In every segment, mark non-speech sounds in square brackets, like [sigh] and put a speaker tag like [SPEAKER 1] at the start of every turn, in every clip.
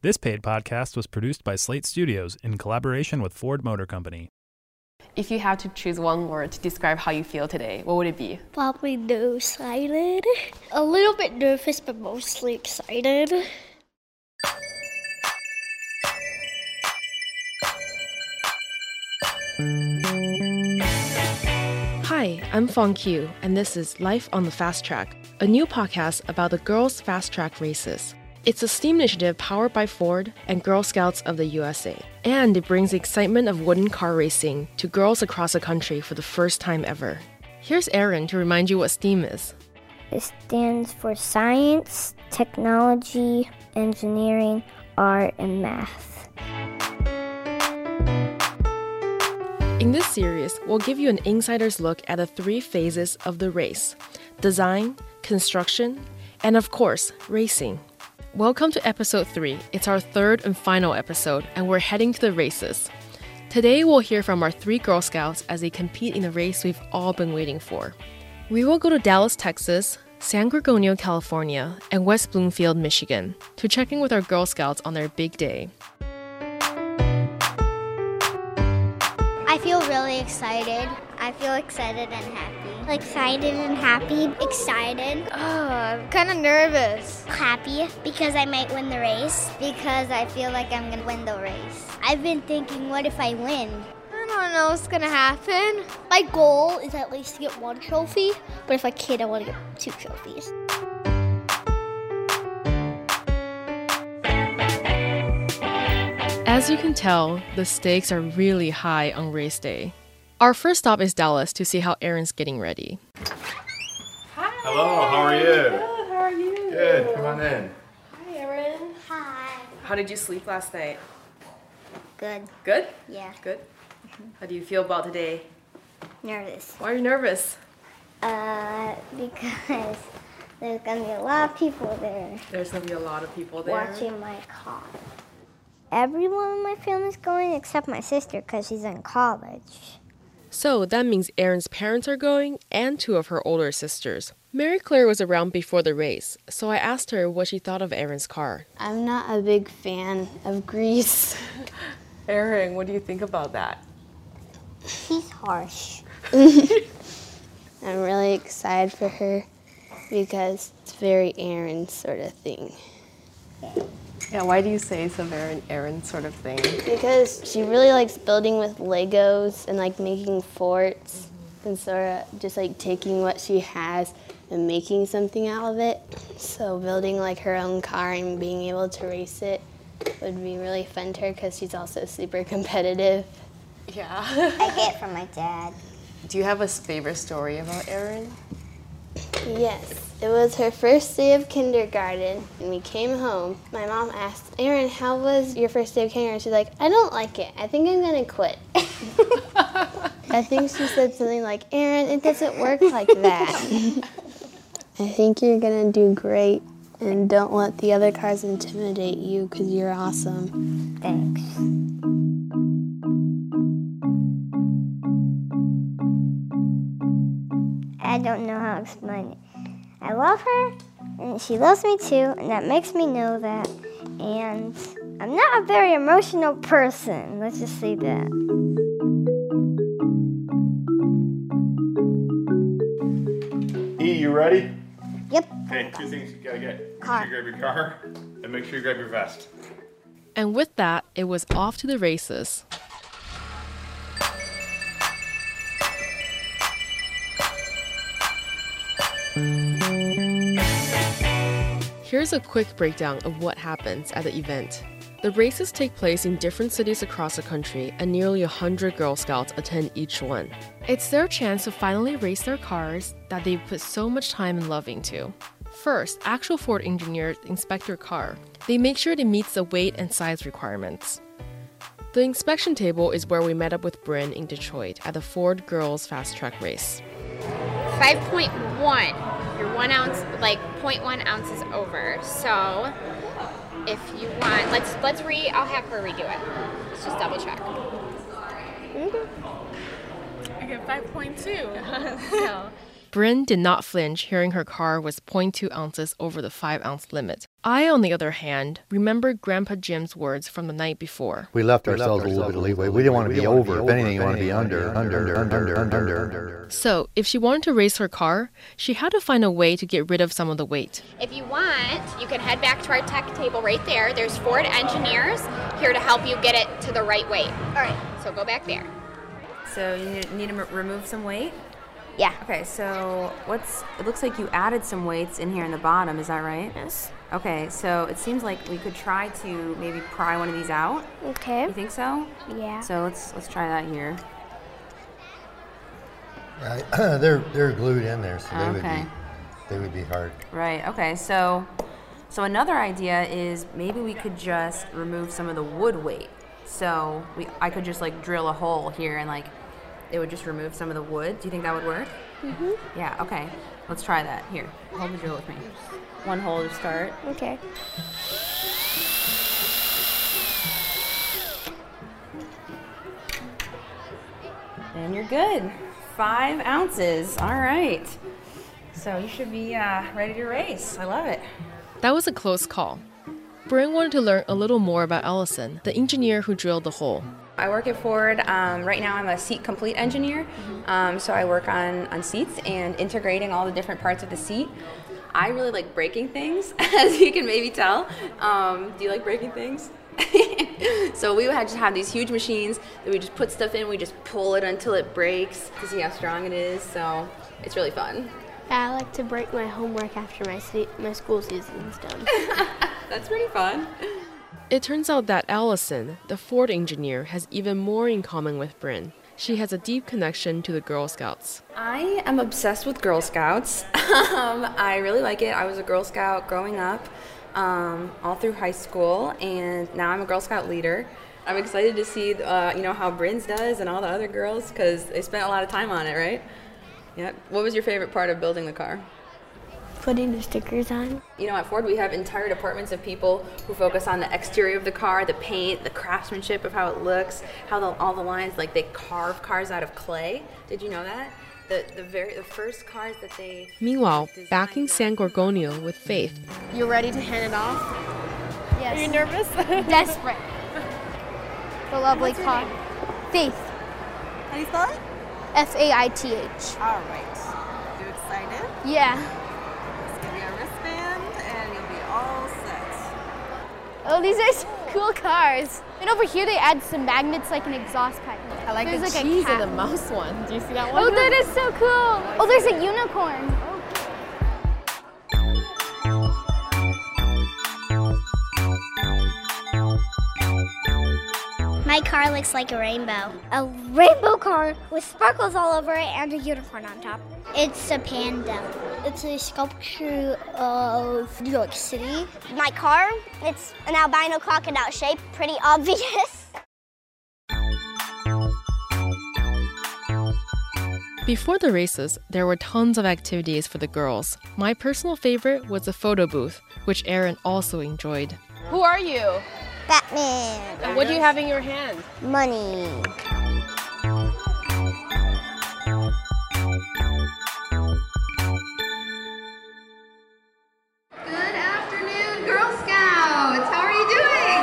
[SPEAKER 1] This paid podcast was produced by Slate Studios in collaboration with Ford Motor Company.
[SPEAKER 2] If you had to choose one word to describe how you feel today, what would it be?
[SPEAKER 3] Probably no excited. A little bit nervous, but mostly excited.
[SPEAKER 4] Hi, I'm Fong Q, and this is Life on the Fast Track, a new podcast about the girls' fast track races. It's a STEAM initiative powered by Ford and Girl Scouts of the USA, and it brings the excitement of wooden car racing to girls across the country for the first time ever. Here's Erin to remind you what STEAM is.
[SPEAKER 3] It stands for science, technology, engineering, art, and math.
[SPEAKER 4] In this series, we'll give you an insider's look at the three phases of the race design, construction, and of course, racing. Welcome to episode 3. It's our third and final episode, and we're heading to the races. Today, we'll hear from our three Girl Scouts as they compete in a race we've all been waiting for. We will go to Dallas, Texas, San Gregorio, California, and West Bloomfield, Michigan, to check in with our Girl Scouts on their big day.
[SPEAKER 5] I feel really excited. I feel excited and happy.
[SPEAKER 3] Excited and happy.
[SPEAKER 5] Excited,
[SPEAKER 6] Oh,
[SPEAKER 3] Ah,
[SPEAKER 6] I'm kind of nervous.
[SPEAKER 5] happy because I might win the race, because I feel like I'm going to win the race. I've been thinking, what if I win?
[SPEAKER 6] I don't know what's gonna happen.
[SPEAKER 3] My goal is at least to get one trophy, but if I can't, I want to get two trophies.
[SPEAKER 4] As you can tell, the stakes are really high on race day. Our first stop is Dallas to see how Erin's getting ready.
[SPEAKER 7] Hello, how are you? Good, how are you? Good, come on in.
[SPEAKER 2] How did you sleep last night?
[SPEAKER 5] Good.
[SPEAKER 2] Good?
[SPEAKER 5] Yeah.
[SPEAKER 2] Good. How do you feel about today?
[SPEAKER 5] Nervous.
[SPEAKER 2] Why are you nervous?
[SPEAKER 5] Uh, because [laughs] there's going to be a lot of people there
[SPEAKER 2] There's gonna be a lot of people there.
[SPEAKER 5] watching my car. Everyone in my family's going except my sister because she's in college.
[SPEAKER 4] So that means Erin's parents are going and two of her older sisters. Mary Claire was around before the race, so I asked her what she thought of Erin's car.
[SPEAKER 6] I'm not a big fan of Greece. [laughs]
[SPEAKER 2] Erin, what do you think about that?
[SPEAKER 5] She's harsh.
[SPEAKER 6] I'm really excited for her because it's very Aaron sort of thing.
[SPEAKER 2] Yeah, why do you say some Erin Erin sort of thing?
[SPEAKER 6] Because she really likes building with Legos and like making forts and sort of just like taking what she has and making something out of it. So building like her own car and being able to race it would be really fun to her because she's also super competitive.
[SPEAKER 5] I get it from my dad.
[SPEAKER 2] Do you have a favorite story about Erin?
[SPEAKER 6] Yes, it was her first day of kindergarten, and we came home. My mom asked, Erin, how was your first day of kindergarten? She's like, I don't like it. I think I'm going to [laughs] quit. I think she said something like, Erin, it doesn't work like that. [laughs] I think you're going to do great, and don't let the other cars intimidate you because you're awesome.
[SPEAKER 5] Thanks. I don't know how to explain it. I love her, and she loves me too, and that makes me know that. And I'm not a very emotional person, let's just say that.
[SPEAKER 7] E, you ready?
[SPEAKER 5] Yep.
[SPEAKER 7] Okay, two things you gotta get.
[SPEAKER 5] Car.
[SPEAKER 7] Make sure you grab your car and make sure you grab your vest.
[SPEAKER 4] And with that, it was off to the races. Here's a quick breakdown of what happens at the event. The races take place in different cities across the country, and nearly 100 Girl Scouts attend each one. It's their chance to finally race their cars that they've put so much time and love into. First, actual Ford engineers inspect your car. They make sure it meets the weight and size requirements. The inspection table is where we met up with Bryn in Detroit at the Ford Girls Fast Track Race.
[SPEAKER 8] 5.1. You're one ounce, like 0.1 ounces over. So if you want, let's let's re. I'll have her redo it. Let's just double check. I get 5.2. so
[SPEAKER 4] Bryn did not flinch hearing her car was 0.2 ounces over the 5 ounce limit, I, on the other hand, remembered Grandpa Jim's words from the night before.
[SPEAKER 9] We left ourselves a little bit of leeway. We didn't want to be over. If anything, you want to be under, under, under, under, under.
[SPEAKER 4] So, if she wanted to race her car, she had to find a way to get rid of some of the weight.
[SPEAKER 8] If you want, you can head back to our tech table right there. There's Ford engineers here to help you get it to the right weight. All right. So go back there.
[SPEAKER 10] So you need- need to m- remove some weight?
[SPEAKER 6] Yeah.
[SPEAKER 10] Okay, so what's it looks like you added some weights in here in the bottom, is that right?
[SPEAKER 6] Yes.
[SPEAKER 10] Okay, so it seems like we could try to maybe pry one of these out.
[SPEAKER 5] Okay.
[SPEAKER 10] You think so?
[SPEAKER 5] Yeah.
[SPEAKER 10] So let's let's try that here.
[SPEAKER 9] Right. they're they're glued in there, so they would
[SPEAKER 10] Okay.
[SPEAKER 9] be they would be hard.
[SPEAKER 10] Right. Okay. So so another idea is maybe we could just remove some of the wood weight. So we I could just like drill a hole here and like it would just remove some of the wood. Do you think that would work? Mhm. Yeah. Okay. Let's try that. Here. Hold the drill with me. One hole to start.
[SPEAKER 5] Okay.
[SPEAKER 10] And you're good. Five ounces. All right. So you should be uh, ready to race. I love it.
[SPEAKER 4] That was a close call. Bryn wanted to learn a little more about Allison, the engineer who drilled the hole.
[SPEAKER 10] I work at Ford. Um, right now, I'm a seat complete engineer. Um, so I work on, on seats and integrating all the different parts of the seat. I really like breaking things, [laughs] as you can maybe tell. Um, do you like breaking things? [laughs] so we would have- just have these huge machines that we just put stuff in, we just pull it until it breaks to see how strong it is. So it's really fun.
[SPEAKER 11] I like to break my homework after my se- my school season's done.
[SPEAKER 10] That's pretty fun.
[SPEAKER 4] It turns out that Allison, the Ford engineer, has even more in common with Bryn. She has a deep connection to the Girl Scouts.
[SPEAKER 10] I am obsessed with Girl Scouts. [laughs] um, I really like it. I was a Girl Scout growing up, um, all through high school, and now I'm a Girl Scout leader. I'm excited to see, uh, you know, how Brin's does and all the other girls because they spent a lot of time on it, right? Yep. What was your favorite part of building the car?
[SPEAKER 11] Putting the stickers on.
[SPEAKER 10] You know, at Ford, we have entire departments of people who focus on the exterior of the car, the paint, the craftsmanship of how it looks, how the, all the lines, like they carve cars out of clay. Did you know that? The, the very the first cars that they
[SPEAKER 4] Meanwhile, back in San Gorgonio with Faith,
[SPEAKER 8] You're ready to hand it off?
[SPEAKER 11] Yes.
[SPEAKER 2] nervous?
[SPEAKER 11] [laughs] Desperate. The lovely car. Faith.
[SPEAKER 12] How do you spell it?
[SPEAKER 11] F A I T H.
[SPEAKER 12] All right. You excited?
[SPEAKER 11] Yeah.
[SPEAKER 12] Just give me a wristband and you'll be all set.
[SPEAKER 11] Oh, these are some [laughs] cool cars. And over here they add some magnets like an exhaust pipe.
[SPEAKER 2] I like
[SPEAKER 11] There's
[SPEAKER 2] the
[SPEAKER 11] like
[SPEAKER 2] cheese
[SPEAKER 11] a cat.
[SPEAKER 2] and the mouse one. Do you see that one?
[SPEAKER 11] Oh, that is so cool. Oh, there's a unicorn.
[SPEAKER 5] My car looks like a rainbow. A rainbow car with sparkles all over it and a unicorn on top. It's a panda. It's a sculpture of New York City. My car, it's an albino crocodile shape, pretty obvious.
[SPEAKER 4] Before the races, there were tons of activities for the girls. My personal favorite was the photo booth, which Erin also enjoyed.
[SPEAKER 2] Who are you?
[SPEAKER 5] Batman.
[SPEAKER 2] What do you have in your hand?
[SPEAKER 5] Money.
[SPEAKER 12] Good afternoon, Girl Scouts. How are you doing?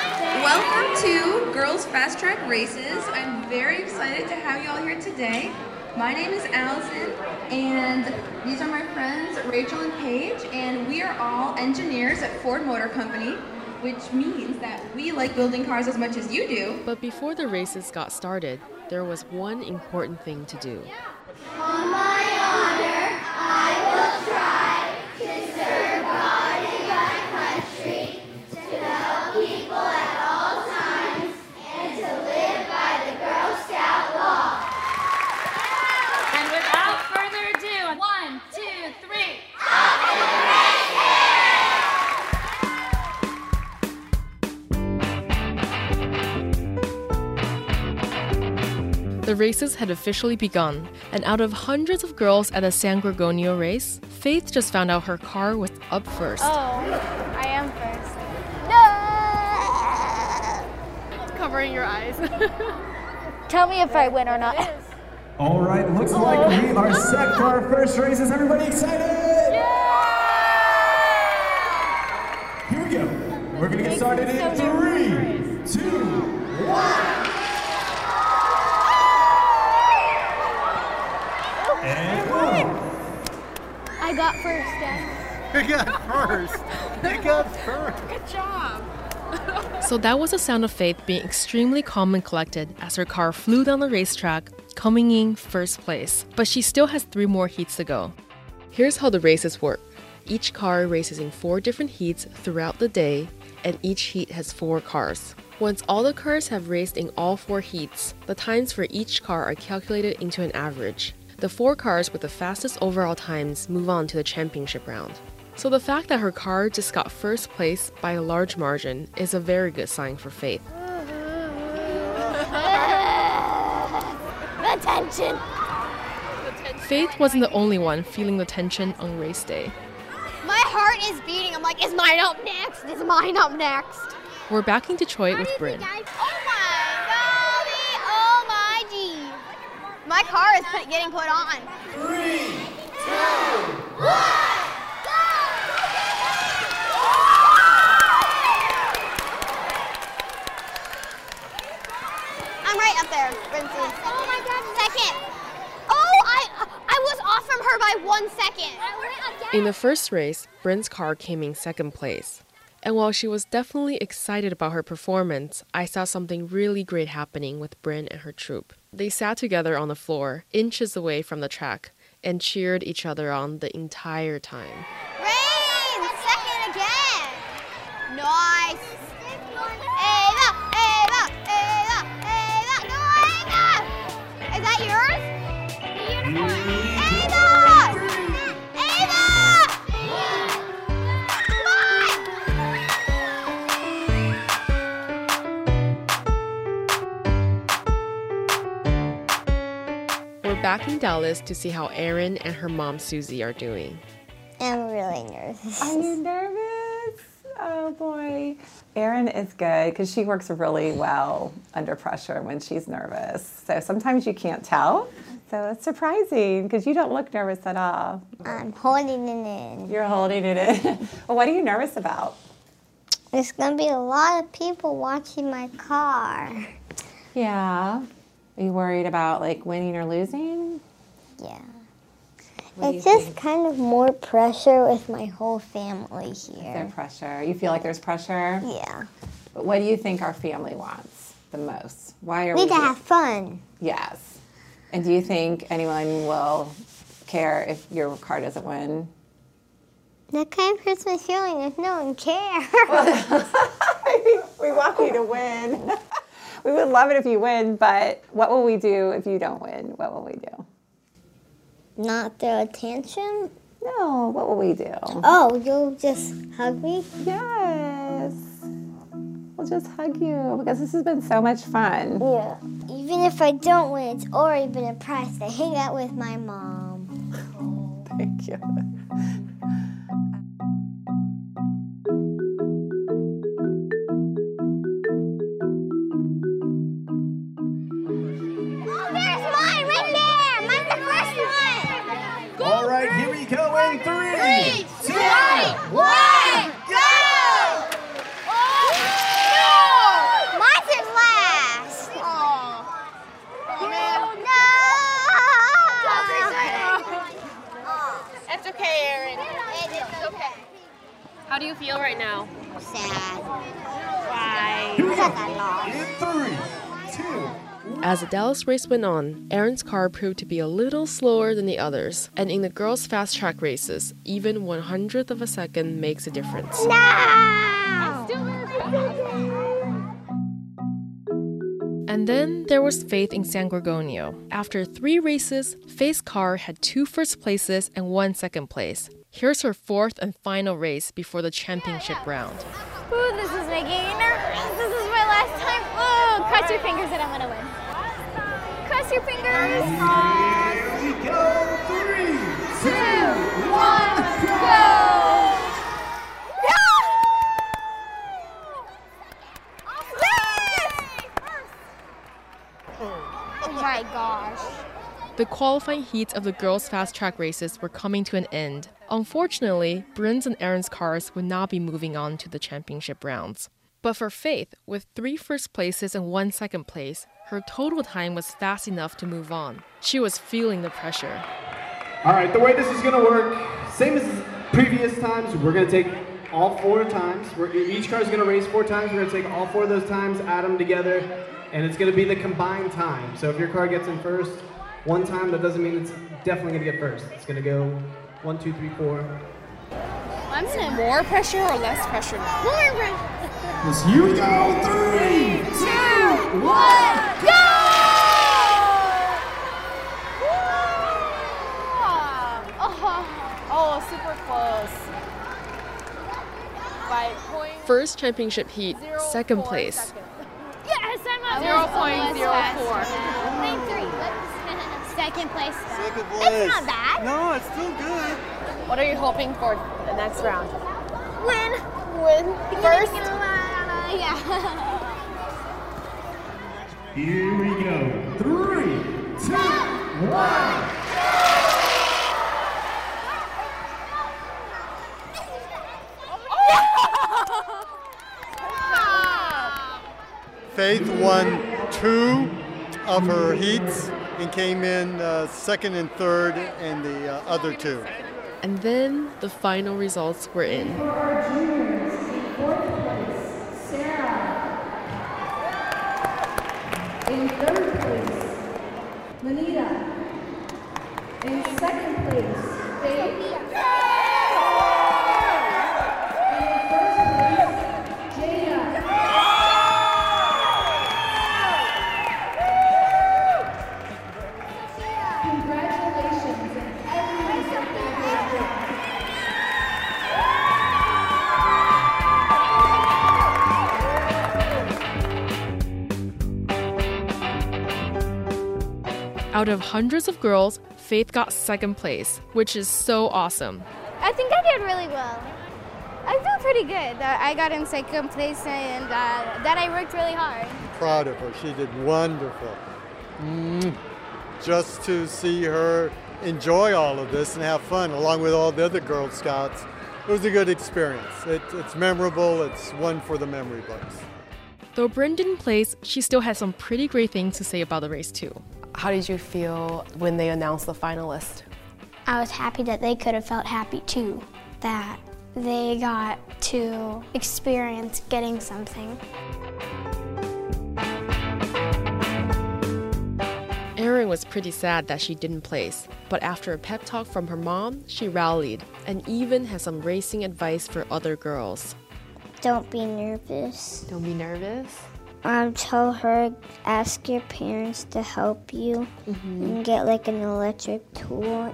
[SPEAKER 12] Excited? Welcome to Girls Fast Track Races. I'm very excited to have you all here today. My name is Allison, and these are my friends Rachel and Paige, and we are all engineers at Ford Motor Company, which means that we like building cars as much as you do.
[SPEAKER 4] But before the races got started, there was one important thing to do.
[SPEAKER 13] And without further ado, one, two, three.
[SPEAKER 4] The races had officially begun, and out of hundreds of girls at the San Gorgonio race, Faith just found out her car was up
[SPEAKER 2] Oh,
[SPEAKER 4] first.
[SPEAKER 11] Oh, I am first. [laughs]
[SPEAKER 2] Covering your eyes. [laughs]
[SPEAKER 11] Tell me if I win or not.
[SPEAKER 14] All right, looks like we are set for our first races. Everybody excited? We're gonna get started in three, two, one. And go.
[SPEAKER 15] I got first, Dad.
[SPEAKER 16] You got first.
[SPEAKER 11] [laughs]
[SPEAKER 16] You got first.
[SPEAKER 15] Good job.
[SPEAKER 4] So that was the sound of Faith being extremely calm and collected as her car flew down the racetrack, coming in first place. But she still has three more heats to go. Here's how the races work each car races in four different heats throughout the day, and each heat has four cars. Once all the cars have raced in all four heats, the times for each car are calculated into an average. The four cars with the fastest overall times move on to the championship round. So the fact that her car just got first place by a large margin is a very good sign for Faith.
[SPEAKER 11] Attention.
[SPEAKER 4] Faith wasn't the only one feeling the tension on race day.
[SPEAKER 11] My heart is beating. I'm like, is mine up next? Is mine up next?
[SPEAKER 4] We're back in Detroit with Bryn.
[SPEAKER 11] Oh my gee. My car is put, getting put on.
[SPEAKER 14] Three,
[SPEAKER 11] two, one. I'm right up there, Brincy. Oh my god, second. Oh, I I was off from her by one second.
[SPEAKER 4] In the first race, Bryn's car came in second place. And while she was definitely excited about her performance, I saw something really great happening with Bryn and her troupe. They sat together on the floor, inches away from the track, and cheered each other on the entire time.
[SPEAKER 11] Rain, second again. Nice. Ava, Ava, Ava, Ava, go Ava. Is that yours? Ava, Ava. Come on.
[SPEAKER 4] We're back in Dallas to see how Erin and her mom Susie are doing.
[SPEAKER 5] I'm really nervous.
[SPEAKER 10] Are you nervous? Oh boy. Erin is good because she works really well under pressure when she's nervous. So sometimes you can't tell. So it's surprising because you don't look nervous at all.
[SPEAKER 5] I'm holding it in.
[SPEAKER 10] You're holding it in. [laughs] well, what are you nervous about?
[SPEAKER 5] There's gonna be a lot of people watching my car.
[SPEAKER 10] Yeah. Are you worried about like winning or losing?
[SPEAKER 5] Yeah.
[SPEAKER 10] What do
[SPEAKER 5] it's
[SPEAKER 10] you
[SPEAKER 5] just kind of more pressure with my whole family
[SPEAKER 10] Is there
[SPEAKER 5] here.
[SPEAKER 10] pressure? You feel like there's pressure?
[SPEAKER 5] Yeah.
[SPEAKER 10] But what do you think our family wants the most? Why are
[SPEAKER 5] We
[SPEAKER 10] we
[SPEAKER 5] need to have fun.
[SPEAKER 10] Yes. And do you think anyone will care if your car doesn't win?
[SPEAKER 5] That kind of hurts my feeling if no one cares. [laughs]
[SPEAKER 10] We want you to win. we would love it if you win, but what will we do if you don't win? What will we do?
[SPEAKER 5] Not throw a tantrum?
[SPEAKER 10] No, what will we do?
[SPEAKER 5] Oh, you'll just hug me?
[SPEAKER 10] Yes. We'll just hug you because this has been so much fun.
[SPEAKER 5] Yeah. Even if I don't win, it's already been a prize to hang out with my mom.
[SPEAKER 10] Thank you.
[SPEAKER 11] Oh, There's mine right there. Mine's the first one.
[SPEAKER 14] All right, here we go in three, two,
[SPEAKER 11] one, go! Oh, No! Mine's in last. Oh. man. Oh.
[SPEAKER 17] That's okay, Erin.
[SPEAKER 11] It's okay.
[SPEAKER 17] How do you feel right now?
[SPEAKER 11] Sad.
[SPEAKER 14] three, two.
[SPEAKER 4] As the Dallas race went on, Erin's car proved to be a little slower than the others, and in the girls' fast track races, even one hundredth of a second makes a difference.
[SPEAKER 15] Oh.
[SPEAKER 4] And then there was Faith in San Gorgonio. After three races, Faith's car had two first places and one second place. Here's her fourth and final race before the championship round.
[SPEAKER 15] Ooh, this is making me nervous. This is my last time. Ooh, cross your fingers that I'm gonna win. Cross your fingers.
[SPEAKER 14] Here we go. Three, two,
[SPEAKER 11] Oh my gosh.
[SPEAKER 4] The qualifying heats of the girls' fast track races were coming to an end. Unfortunately, Bryn's and Aaron's cars would not be moving on to the championship rounds. But for Faith, with three first places and one second place, her total time was fast enough to move on. She was feeling the pressure.
[SPEAKER 5] All right, the way this is gonna work, same as previous times, we're gonna take all four times. We're, each car's gonna race four times. We're gonna take all four of those times, add them together, and it's gonna be the combined time. So if your car gets in first one time, that doesn't mean it's definitely gonna get first. It's gonna go one, two, three, four.
[SPEAKER 18] I'm in more pressure or less pressure now? More
[SPEAKER 6] Let's you go three, two, one,
[SPEAKER 18] go! Oh, oh, super close. By point
[SPEAKER 4] First championship heat, second place.
[SPEAKER 19] Yes, I'm up.
[SPEAKER 20] Zero point zero four.
[SPEAKER 19] Lane three. Whoops. [laughs] Second place. Second
[SPEAKER 18] place.
[SPEAKER 19] That's not bad.
[SPEAKER 18] No, it's still good. What are you hoping for the next round?
[SPEAKER 19] Win.
[SPEAKER 18] Win. First.
[SPEAKER 19] yeah.
[SPEAKER 6] Here we go. Three, two, one.
[SPEAKER 14] Faith won two of her heats and came in uh, second and third in the uh, other two.
[SPEAKER 4] And then the final results were in.
[SPEAKER 21] In third place, Manita. In second place, Faith. Congratulations and everyone
[SPEAKER 4] Out of hundreds of girls, Faith got second place, which is so awesome.
[SPEAKER 22] I think I did really well. I feel pretty good that I got in second place and uh, that I worked really hard.
[SPEAKER 14] Proud of her. She did wonderful. Mm. Just to see her enjoy all of this and have fun along with all the other Girl Scouts, it was a good experience. It, it's memorable. It's one for the memory books.
[SPEAKER 4] Though Bryn didn't place, she still had some pretty great things to say about the race too.
[SPEAKER 23] How did you feel when they announced the finalist?
[SPEAKER 11] I was happy that they could have felt happy too, that they got to experience getting something.
[SPEAKER 4] Erin was pretty sad that she didn't place, but after a pep talk from her mom, she rallied and even had some racing advice for other girls.
[SPEAKER 24] Don't be nervous.
[SPEAKER 23] Don't be nervous.
[SPEAKER 24] Um, tell her, ask your parents to help you
[SPEAKER 23] Mhm.
[SPEAKER 24] and get like an electric tool.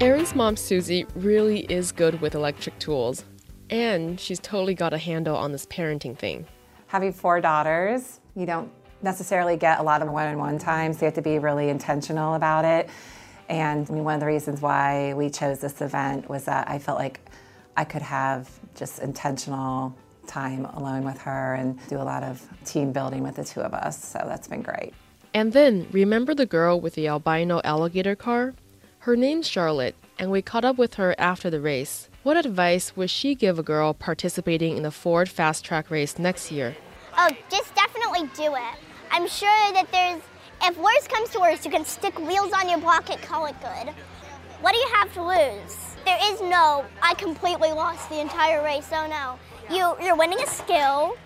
[SPEAKER 4] Erin's mom, Susie, really is good with electric tools, and she's totally got a handle on this parenting thing.
[SPEAKER 10] having four daughters, you don't necessarily get a lot of one on one times. You have to be really intentional about it. And I mean, one of the reasons why we chose this event was that I felt like I could have just intentional time alone with her and do a lot of team building with the two of us. So that's been great.
[SPEAKER 4] And then remember the girl with the albino alligator car? Her name's Charlotte, and we caught up with her after the race. What advice would she give a girl participating in the Ford Fast Track race next year?
[SPEAKER 11] Oh, just definitely do it. I'm sure that there's, if worse comes to worse, you can stick wheels on your pocket, call it good. What do you have to lose? There is no, I completely lost the entire race, oh no. You, you're winning a skill,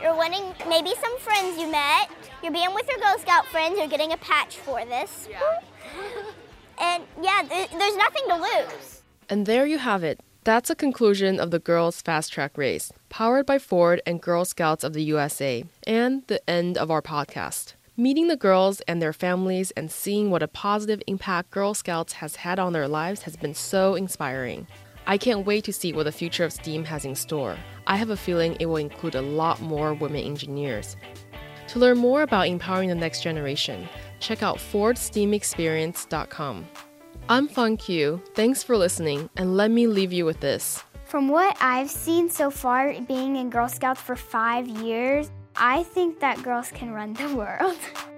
[SPEAKER 11] you're winning maybe some friends you met, you're being with your Girl Scout friends, you're getting a patch for this. and yeah, there, there's nothing to lose.
[SPEAKER 4] And there you have it. That's a conclusion of the Girls Fast Track Race, powered by Ford and Girl Scouts of the USA, and the end of our podcast. Meeting the girls and their families and seeing what a positive impact Girl Scouts has had on their lives has been so inspiring. I can't wait to see what the future of STEAM has in store. I have a feeling it will include a lot more women engineers. To learn more about empowering the next generation, check out FordSteamExperience.com. I'm Fun Q. Thanks for listening, and let me leave you with this.
[SPEAKER 25] From what I've seen so far, being in Girl Scouts for five years, I think that girls can run the [laughs] world.